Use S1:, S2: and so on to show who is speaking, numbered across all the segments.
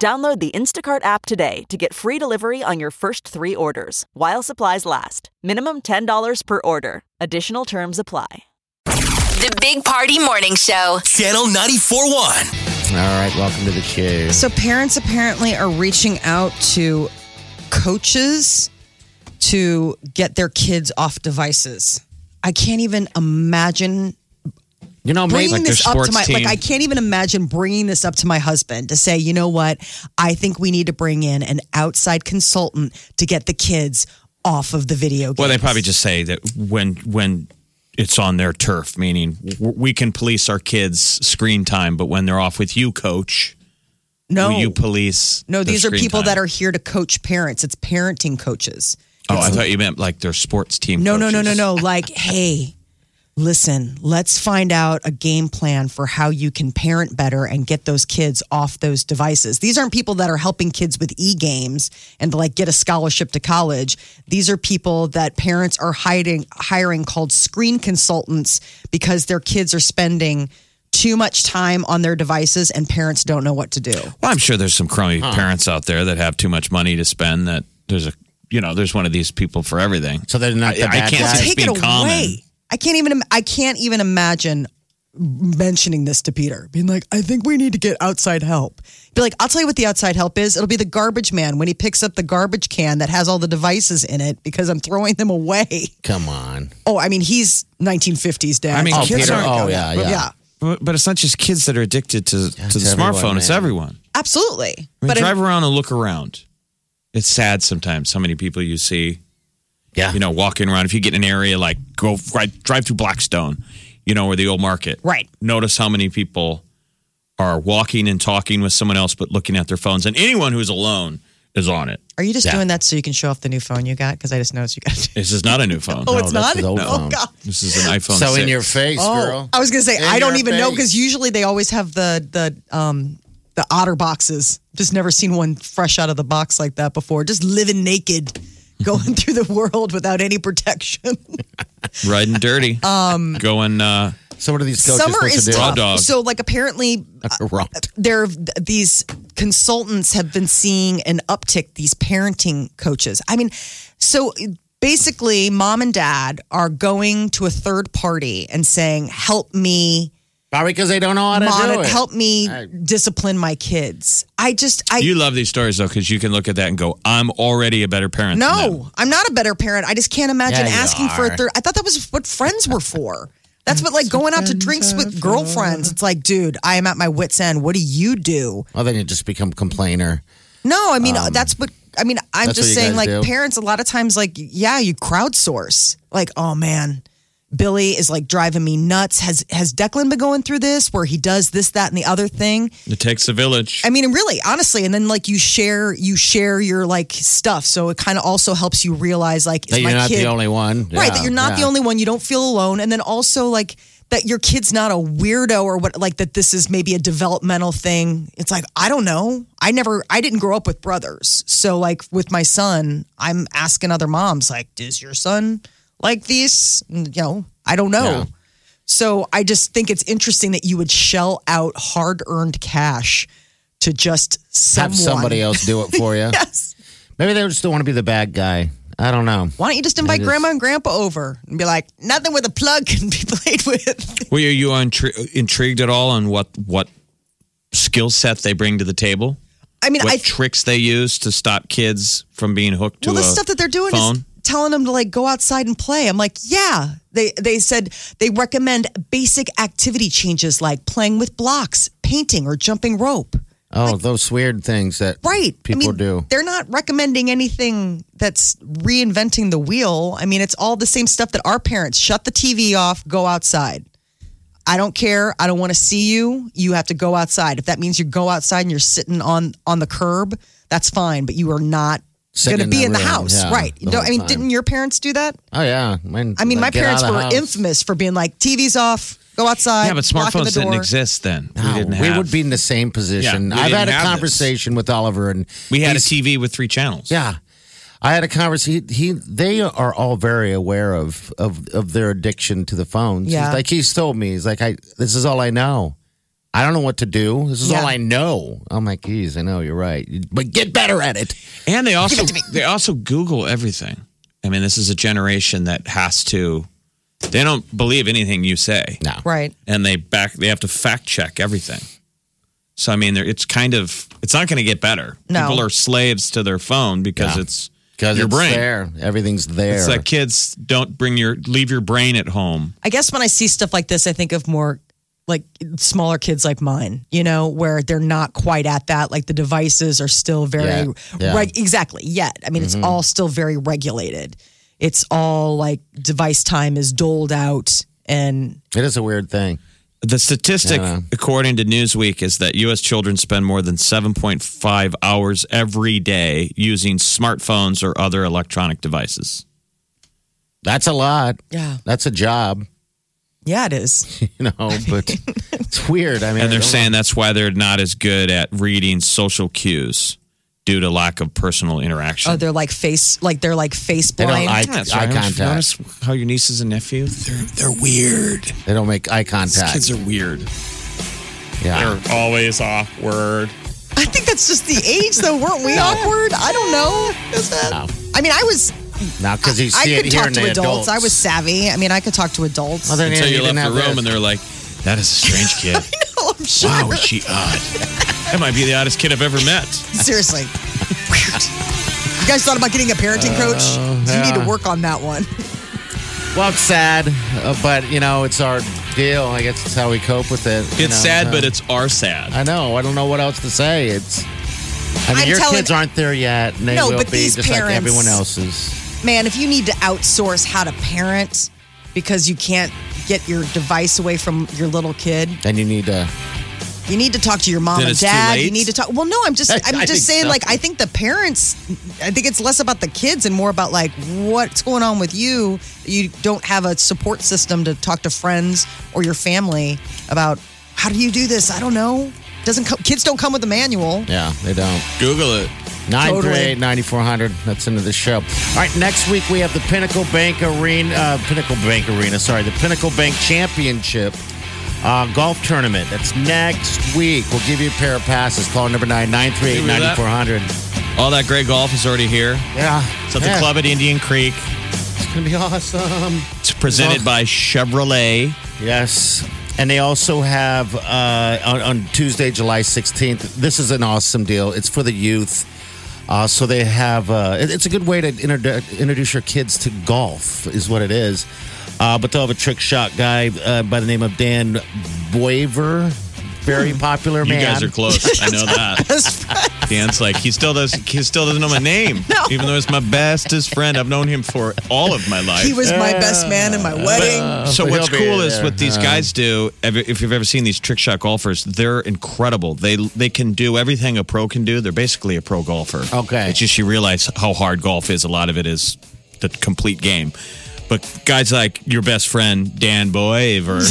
S1: Download the Instacart app today to get free delivery on your first three orders while supplies last. Minimum $10 per order. Additional terms apply.
S2: The Big Party Morning Show.
S3: Channel 941.
S4: All right, welcome to the show.
S5: So parents apparently are reaching out to coaches to get their kids off devices. I can't even imagine
S4: You know,
S5: bringing
S4: maybe
S6: Like their
S5: this up to
S6: sports
S5: my like
S6: team.
S5: I can't even imagine bringing this up to my husband to say, "You know what? I think we need to bring in an outside consultant to get the kids off of the video games."
S6: Well, they probably just say that when when it's on their turf, meaning w- we can police our kids' screen time, but when they're off with you, coach,
S5: No.
S6: will you police?
S5: no,
S6: their
S5: these are
S6: screen
S5: people
S6: time?
S5: that are here to coach parents. It's parenting coaches.
S6: Oh, I thought you meant like their sports team.
S5: No, no, no, no,
S6: coaches.
S5: no. Like, hey, listen, let's find out a game plan for how you can parent better and get those kids off those devices. These aren't people that are helping kids with e games and to like get a scholarship to college. These are people that parents are hiding, hiring called screen consultants because their kids are spending too much time on their devices and parents don't know what to do.
S6: Well, I'm sure there's some crummy parents out there that have too much money to spend. That there's a you know there's one of these people for everything.
S4: So they're not the
S6: I- I
S4: bad
S6: can't
S4: guys?
S6: It's
S5: Take it
S6: been
S5: away.
S6: common.
S5: I can't even I can't even imagine mentioning this to Peter, being like, I think we need to get outside help. Be like, I'll tell you what the outside help is. It'll be the garbage man when he picks up the garbage can that has all the devices in it because I'm throwing them away.
S4: Come on.
S5: Oh, I mean, he's 1950s dad.
S6: I mean,
S5: So
S6: Oh,
S5: kids
S6: Peter.
S5: aren't
S4: Oh,
S5: gonna-
S4: yeah, yeah.
S6: But, but it's not just kids that are addicted to to the
S4: it's everyone,
S6: smartphone. It's
S4: man.
S6: everyone.
S5: absolutely.
S6: I mean,
S5: but
S6: drive around and look around. It's sad sometimes how many people you see
S4: Yeah.
S6: you know, walking around. If you get in an area like go right, drive through Blackstone, you know, or the old market,
S5: Right.
S6: Notice how many people are walking and talking with someone else, but looking at their phones, and anyone who's alone is on it.
S5: are you just
S4: Yeah.
S5: doing that so you can show off the new phone you got? Because I just noticed you got.
S6: This is not a new phone.
S5: Oh,
S4: that's
S5: it's not.
S4: his old
S5: oh
S4: phone.
S5: God.
S6: This is an iPhone.
S4: So
S6: 6.
S4: in your face, girl.
S5: Oh, I was gonna say
S4: In
S5: I don't
S4: your
S5: even know
S4: face.
S5: because usually they always have the the um the otter boxes. Just never seen one fresh out of the box like that before. Just living naked, going through the world without any protection.
S6: riding dirty, um, going uh,
S4: So what are these coaches
S5: Summer
S4: supposed
S5: is
S4: to do?
S6: Raw
S5: tough.
S6: dog.
S5: So like apparently
S4: Wrong.
S5: there these consultants have been seeing an uptick these parenting coaches i mean so basically mom and dad are going to a third party and saying help me
S4: Probably because they don't know how to do
S5: monitor,
S4: it.
S5: help me
S4: I-
S5: discipline my kids i just i
S6: you love these stories though because you can look at that and go, "I'm already a better parent." than them."
S5: no i'm not a better parent i just can't imagine
S4: Yeah, you
S5: asking for a
S4: are.
S5: third i thought that was what friends were for that's what like going out to drinks with girlfriends it's like dude i am at my wits end what do you do
S4: Well, then you just become complainer.
S5: No, I mean that's what I mean. I'm
S4: Um, that's what
S5: just
S4: you
S5: saying, like
S4: guys do?
S5: parents, a lot of times, like yeah, you crowdsource. Like, oh man, Billy is like driving me nuts. Has has Declan been going through this where he does this, that, and the other thing?
S6: it takes a village.
S5: I mean, and really, honestly, and then like you share you share your like stuff, so it kind of also helps you realize like is
S4: That
S5: my
S4: you're not
S5: kid
S4: the only one.
S5: right that you're not the only one you don't feel alone and then also like that your kid's not a weirdo or what like that this is maybe a developmental thing it's like i don't know i never i didn't grow up with brothers so like with my son i'm asking other moms like does your son like these And, you know i don't know
S4: Yeah.
S5: so i just think it's interesting that you would shell out hard-earned cash to just someone.
S4: Have somebody else do it for you.
S5: yes
S4: Maybe they just don't want to be the bad guy. I don't know.
S5: why don't you just invite
S4: That is-
S5: grandma and grandpa over and be like nothing with a plug can be played with
S6: Were you intri- intrigued at all on what what skill set they bring to the table?
S5: I mean,
S6: what
S5: I
S6: tricks they use to stop kids from being hooked
S5: well,
S6: to
S5: the
S6: a
S5: stuff that they're doing is
S6: phone.
S5: telling them to like go outside and play. I'm like, yeah. They they said they recommend basic activity changes like playing with blocks, painting, or jumping rope.
S4: Oh, those weird things that
S5: Right. I
S4: people
S5: mean,
S4: do.
S5: They're not recommending anything that's reinventing the wheel. I mean, it's all the same stuff that our parents shut the TV off, go outside. I don't care. I don't want to see you. You have to go outside. If that means you go outside and you're sitting on on the curb, that's fine, but you are not going to
S4: Sitting
S5: be in the
S4: room,
S5: house,
S4: yeah,
S5: right?
S4: the
S5: No,
S4: whole
S5: I mean,
S4: time.
S5: didn't your parents do that?
S4: Oh yeah. When,
S5: I mean, my
S4: like, get
S5: parents
S4: out of
S5: were
S4: the house.
S5: infamous for being like, "TV's off, go outside."
S6: Yeah, but
S5: locking the
S6: smartphones didn't
S5: door.
S6: exist then.
S4: No,
S6: we didn't
S4: we
S6: have.
S4: would be in the same position.
S6: Yeah, we
S4: I've had
S6: didn't
S4: a
S6: have this.
S4: conversation with Oliver, and
S6: We had a
S4: he's-
S6: TV with three channels.
S4: Yeah, I had a conversation. He, he, they are all very aware of of of their addiction to the phones. He's
S5: Yeah.
S4: like he's told me, he's like, I this is all I know. I don't know what to do. This is
S5: Yeah.
S4: all I know. I'm like, geez, I know you're right, but get better at it.
S6: And they also they also Google everything. I mean, this is a generation that has to. They don't believe anything you say,
S4: No,
S5: right?
S6: and they back they have to fact check everything. So I mean, they're- it's kind of it's not going to get better.
S5: No.
S6: People are slaves to their phone because it's
S4: because
S6: your
S4: it's
S6: brain.
S4: there, everything's there.
S6: It's like kids don't bring your leave your brain at home.
S5: I guess when I see stuff like this, I think of more like smaller kids like mine, you know, where they're not quite at that. Like the devices are still very
S4: Yeah, yeah. Mm-hmm.
S5: reg- exactly yet. I mean, it's all still very regulated. It's all like device time is doled out, and
S4: it is a weird thing.
S6: The statistic, according to Newsweek, is that U.S. children spend more than 7.5 hours every day using smartphones or other electronic devices.
S4: That's a lot.
S5: Yeah.
S4: that's a job.
S5: yeah, it is.
S4: You know, but it's weird. I mean,
S6: And
S4: I
S6: they're
S4: don't
S6: saying that's why they're not as good at reading social cues due to lack of personal interaction.
S5: Oh, they're like face, like they're like face
S4: They don't
S5: blind.
S4: eye,
S6: Yeah, that's
S4: eye
S6: right. Don't you
S4: contact.
S6: notice how your nieces and nephews, they're, they're weird.
S4: They don't make eye
S6: These
S4: contact.
S6: kids are weird.
S4: yeah.
S6: They're always awkward.
S5: I think that's just the age, though. Weren't we awkward? I don't know. Is that?
S4: No.
S5: I mean, I was.
S4: Not because you
S5: I
S4: see it
S5: could
S4: here
S5: talk
S4: in
S5: to
S4: the
S5: adults. I was savvy. I mean, I could talk to adults.
S4: Well, then
S6: Until
S4: yeah,
S6: you
S4: didn't
S6: left the
S4: have
S6: room
S4: this.
S6: and they're like, that is a strange kid.
S5: oh, I'm sure.
S6: wow, is she odd? That might be the oddest kid I've ever met.
S5: Seriously. Weird. You guys thought about getting a parenting coach?
S6: Uh,
S5: You need to work on that one.
S4: Well, it's sad, uh, but you know, it's our deal. I guess it's how we cope with it.
S6: It's sad, but it's our sad.
S4: I know. I don't know what else to say. It's. I mean,
S5: I'm
S4: your
S5: telling-
S4: kids aren't there yet, and they
S5: No,
S4: will
S5: but
S4: be
S5: these
S4: just like
S5: parents-
S4: everyone else's.
S5: Man, if you need to outsource how to parent because you can't get your device away from your little kid,
S4: And you need to.
S5: you need to talk to your mom
S6: Then
S5: and
S6: it's too
S5: dad.
S6: late?
S5: You need to talk. Well, no, I'm just I'm
S4: I
S5: just
S4: think
S5: saying
S4: so.
S5: like I think the parents I think it's less about the kids and more about like what's going on with you. You don't have a support system to talk to friends or your family about how do you do this? I don't know. Doesn't co- kids don't come with a manual.
S4: Yeah, they don't.
S6: Google it.
S4: 938 9400. That's into the show. All right, next week we have the Pinnacle Bank Arena, uh, Pinnacle Bank Arena, sorry, the Pinnacle Bank Championship uh, golf tournament. That's next week. We'll give you a pair of passes. Call number 9 938 9400.
S6: All that great golf is already here.
S4: Yeah.
S6: It's at the
S4: Yeah,
S6: club at Indian Creek.
S4: It's going to be awesome.
S6: It's presented by Chevrolet.
S4: Yes. And they also have uh, on, on Tuesday, July 16th. This is an awesome deal. It's for the youth. Uh, so they have, uh, it- it's a good way to introdu- introduce your kids to golf, is what it is. Uh, but they'll have a trick shot guy uh, by the name of Dan Boiver. Very popular
S6: Hmm. You
S4: man.
S6: guys are close. I know that. Dan's like he still does. He still doesn't know my name, even though he's my bestest friend. I've known him for all of my life.
S5: He was my best man in my wedding.
S6: so
S4: Uh, but
S6: what's
S4: he'll be
S6: cool is
S4: there.
S6: what these guys do. ev- If you've ever seen these trick shot golfers, they're incredible. They they can do everything a pro can do. They're basically a pro golfer.
S4: Okay.
S6: it's just you realize how hard golf is. A lot of it is the complete game. But guys like your best friend Dan Boyver,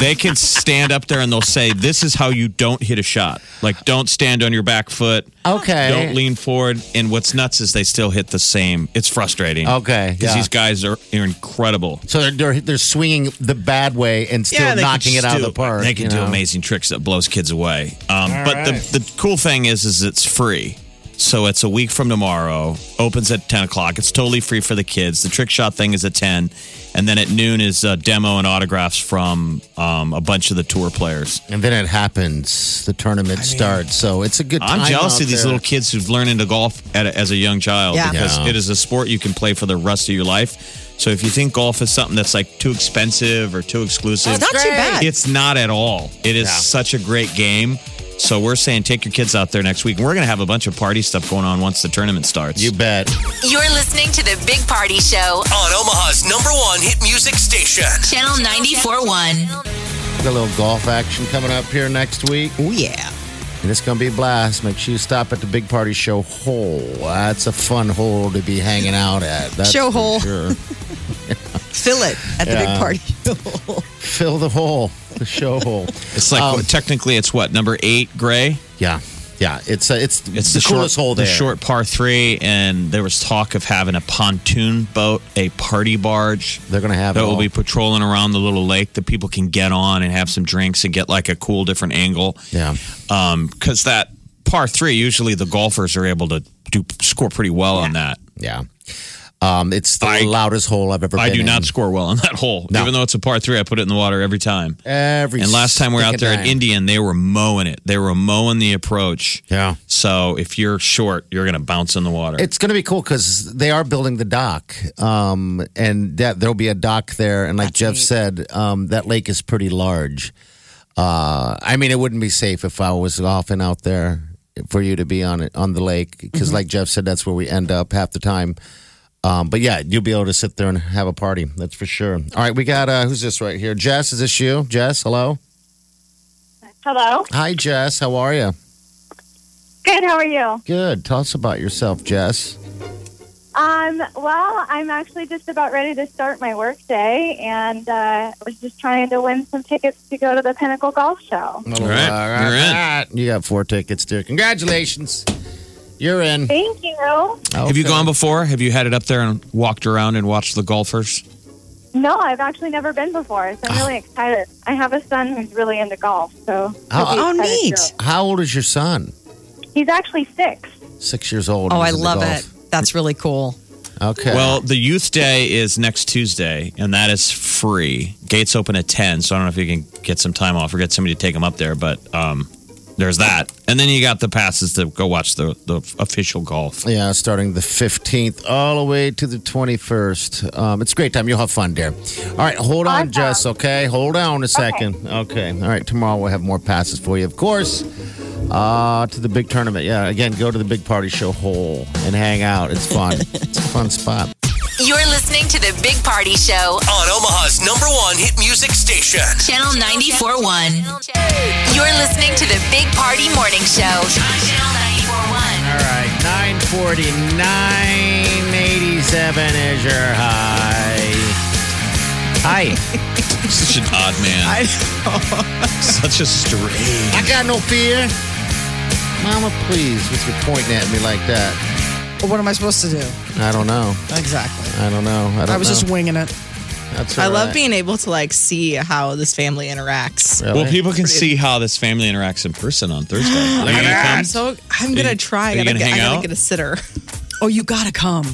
S6: they can stand up there and they'll say, "This is how you don't hit a shot. Like don't stand on your back foot."
S4: Okay.
S6: Don't lean forward. And what's nuts is they still hit the same. It's frustrating.
S4: Okay, yeah.
S6: Because these guys are, are incredible.
S4: So they're, they're, they're swinging the bad way and still
S6: they
S4: knocking it
S6: can
S4: out of
S6: do-
S4: the park.
S6: They can
S4: you
S6: do
S4: know?
S6: amazing tricks that blows kids away. Um, but the, the cool thing is, is it's free. So it's a week from tomorrow. Opens at ten o'clock. It's totally free for the kids. The trick shot thing is at ten, and then at noon is a demo and autographs from um, a bunch of the tour players.
S4: And then it happens. The tournament starts. So it's a good time.
S6: I'm jealous
S4: out
S6: of these
S4: there.
S6: little kids who've learned into golf at a, as a young child
S5: Yeah.
S6: because
S4: Yeah.
S6: it is a sport you can play for the rest of your life. So if you think golf is something that's like too expensive or too exclusive,
S5: It's not too bad.
S6: It's not at all. It is such a great game. So we're saying take your kids out there next week. And we're going to have a bunch of party stuff going on once the tournament starts.
S4: You bet.
S2: You're listening to the Big Party Show,
S3: On Omaha's number one hit music station.
S2: Channel 94.1.
S4: Got a little golf action coming up here next week.
S5: Oh yeah.
S4: And it's going to be a blast. Make sure you stop at the Big Party Show Hole. That's a fun hole to be hanging out at. That's
S5: Show
S4: for
S5: hole.
S4: Sure.
S5: Fill it at the big
S4: Yeah.
S5: party.
S4: Fill the hole, the show hole.
S6: It's like
S4: Um,
S6: technically it's what number eight, Gray.
S4: Yeah. Yeah. It's, uh, it's,
S6: It's
S4: the, coolest
S6: short,
S4: hole there.
S6: The short par three, and there was talk of having a pontoon boat, a party barge
S4: They're going to have
S6: that
S4: it.
S6: will
S4: all.
S6: be patrolling around the little lake that people can get on and have some drinks and get like a cool different angle.
S4: Yeah.
S6: because that par three, usually the golfers are able to do score pretty well on that.
S4: Yeah. Um, it's the
S6: I-
S4: loudest hole I've ever
S6: I
S4: been
S6: do not
S4: in.
S6: score well on that hole,
S4: No.
S6: even though it's a par three. I put it in the water every time.
S4: Every
S6: And last time we were out
S4: stinking
S6: there at
S4: time.
S6: Indian, they were mowing it. They were mowing the approach.
S4: Yeah.
S6: So if you're short, you're going to bounce in the water.
S4: It's going to be cool because they are building the dock, um, and that there'll be a dock there. And like Jeff said, um, that lake is pretty large. Uh, I mean, it wouldn't be safe if I was off and out there for you to be on it on the lake because, like Jeff said, that's where we end up half the time. Um, but yeah, you'll be able to sit there and have a party. That's for sure. All right, we got uh, who's this right here? Jess, is this you? Jess, hello.
S7: Hello.
S4: Hi, Jess. How are you?
S7: Good. How are you?
S4: Good. Tell us about yourself, Jess.
S7: Um, well, I'm actually just about ready to start my work day, and uh, I was just trying to win some tickets to go to the Pinnacle Golf Show.
S4: All
S6: right, you're in.
S4: You got four tickets, dear. Congratulations. You're in.
S7: Thank you.
S6: Have
S4: Okay.
S6: you gone before? Have you headed up there and walked around and watched the golfers?
S7: No, I've actually never been before, so I'm really excited. I have a son who's really into golf, so
S4: Oh,
S7: he'll be
S5: oh,
S7: excited
S5: neat.
S7: too.
S4: How old is your son?
S7: He's actually six.
S4: Six years old.
S5: oh,
S4: and
S5: I
S4: he's into
S5: love
S4: golf.
S5: it. That's really cool.
S4: Okay.
S6: Well, the Youth Day is next Tuesday, and that is free. Gates open at 10, so I don't know if you can get some time off or get somebody to take them up there, but um, there's that. And then you got the passes to go watch the, the official golf.
S4: yeah, starting the 15th all the way to the 21st. Um, it's a great time. You'll have fun, dear. All right, hold on,
S7: Awesome.
S4: Jess, okay? Hold on a second. Okay. All right, tomorrow we'll have more passes for you, of course, uh, to the big tournament. Yeah, again, go to the big party show hole and hang out. It's fun. it's a fun spot.
S2: You're listening to the Big Party Show,
S3: On Omaha's number one hit music station.
S2: Channel 94.1. You're listening to the Big Party Morning Show on Channel 94.1.
S4: All right, 949, 87 is your high. Hi.
S6: Such an odd man. Such a strange.
S4: I got no fear. Mama, please, with you pointing at me like that.
S5: Well, what am I supposed to do?
S4: I don't know.
S5: Exactly.
S4: I don't know. I, don't
S5: I was
S4: know.
S5: just winging it.
S4: That's
S8: I
S4: all
S8: love
S4: right.
S8: being able to like see how this family interacts.
S4: Really?
S6: Well, people can see how this family interacts in person on Thursday. Are you gonna come?
S8: I'm so I'm gonna try.
S6: are you
S8: I
S6: gonna
S8: gotta, get, I
S6: hang
S8: gotta
S6: out?
S8: get a sitter.
S5: Oh, you gotta come.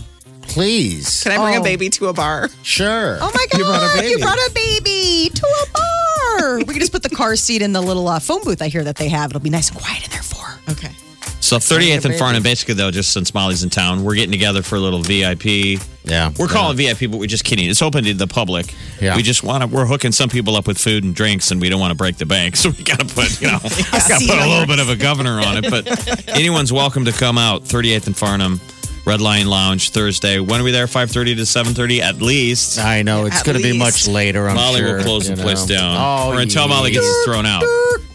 S4: please.
S8: Can I bring
S5: Oh.
S8: a baby to a bar?
S4: Sure.
S5: Oh my god,
S4: You brought a baby.
S5: a baby to a bar. we can just put the car seat in the little uh, phone booth I hear that they have. It'll be nice and quiet in there for. her.
S8: Okay.
S6: So 38th and Farnham, basically though, just since Molly's in town, we're getting together for a little VIP.
S4: Yeah.
S6: We're calling VIP, but we're just kidding. It's open to the public.
S4: Yeah.
S6: We just want to. We're hooking some people up with food and drinks, and we don't want to break the bank, so we got to put you know, got to
S5: See
S6: put a
S5: how
S6: little bit of a governor on it. But anyone's welcome to come out. 38th and Farnham, Red Lion Lounge Thursday. When are we there? 5:30 to 7:30 at least.
S4: I know. It's
S8: At
S4: going to be much
S8: least.
S4: later, I'm
S6: Molly
S4: sure.
S6: will close
S4: you
S6: the place
S4: know.
S6: down,
S4: Oh,
S6: or until Molly gets us thrown out.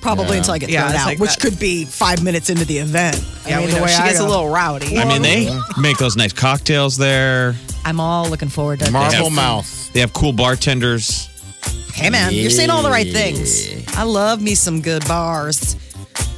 S5: Probably until I get
S8: Yeah,
S5: thrown
S8: it's
S5: out,
S8: like
S5: which
S8: that.
S5: could be five minutes into the event.
S8: Yeah, we know. she gets a little rowdy.
S6: I mean, they make those nice cocktails there.
S5: I'm all looking forward to it.
S4: Marble
S6: Yes.
S4: Mouth.
S6: They have cool bartenders.
S5: Hey man, you're saying all the right things. I love me some good bars.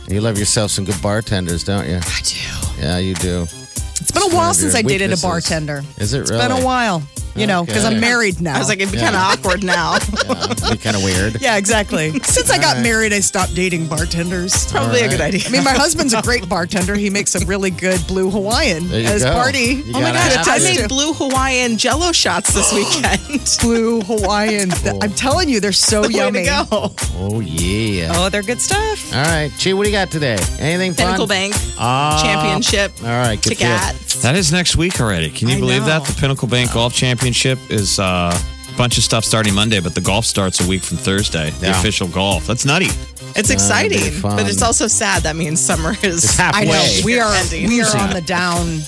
S4: You love yourself some good bartenders, don't you?
S5: I do.
S4: Yeah, you do.
S5: It's been a while
S4: One of
S5: since
S4: your
S5: I dated a
S4: weaknesses.
S5: bartender.
S4: Is it
S5: It's
S4: really?
S5: been a while, you know, because
S4: Okay.
S5: I'm married now.
S8: I was like, it'd be kind of awkward now.
S4: kind of weird.
S5: yeah, exactly. Since I got
S4: right.
S5: married, I stopped dating bartenders.
S8: Probably a good idea.
S5: I mean, my husband's a great bartender. He makes a really good blue Hawaiian
S4: There you
S5: at his
S4: go.
S5: party.
S4: You
S5: oh my
S4: gotta
S5: god,
S4: have
S5: it
S8: I
S4: it.
S5: tastes
S8: made blue Hawaiian Jello shots this weekend.
S5: blue Hawaiian. Th- I'm telling you, they're so
S8: Way
S5: yummy.
S8: to go!
S4: Oh, yeah.
S8: Oh, they're good stuff.
S4: All right, Chi, what do you got today? Anything fun?
S8: Pinnacle Bank
S4: Ah,
S8: Championship.
S4: All right,
S8: to
S4: good deal.
S6: That is next week already. Can you
S8: I
S6: believe
S8: know.
S6: that? The Pinnacle Bank Golf Championship is uh, a bunch of stuff starting Monday, but the golf starts a week from Thursday. The
S4: Yeah.
S6: official golf. That's nutty.
S8: It's exciting,
S4: fun.
S8: but it's also sad. That means summer is
S4: It's
S5: I
S4: halfway.
S5: know
S4: Way.
S5: we are
S8: Ending.
S5: we are on the down.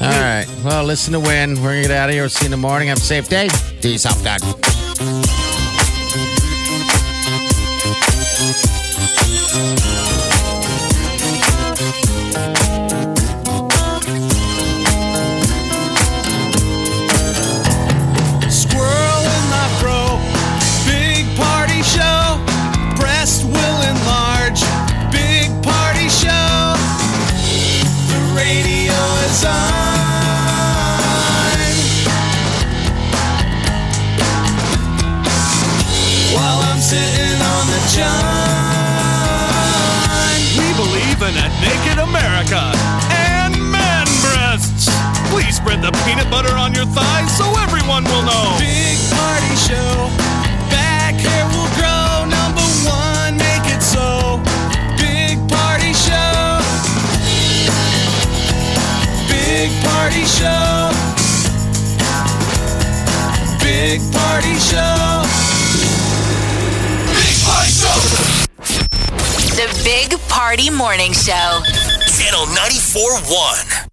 S4: All right. Well, listen to win. We're going to get out of here. We'll see you in the morning. Have a safe day. Do yourself good.
S9: sign. While I'm sitting on the john.
S10: We believe in a naked America and man breasts. Please spread the peanut butter on your thighs so everyone will know.
S9: Big party show. Back hair will grow. Number one, make it so. Big party show. Big party show. Big party show. Big party show.
S2: The Big Party Morning Show.
S3: Channel 94.1.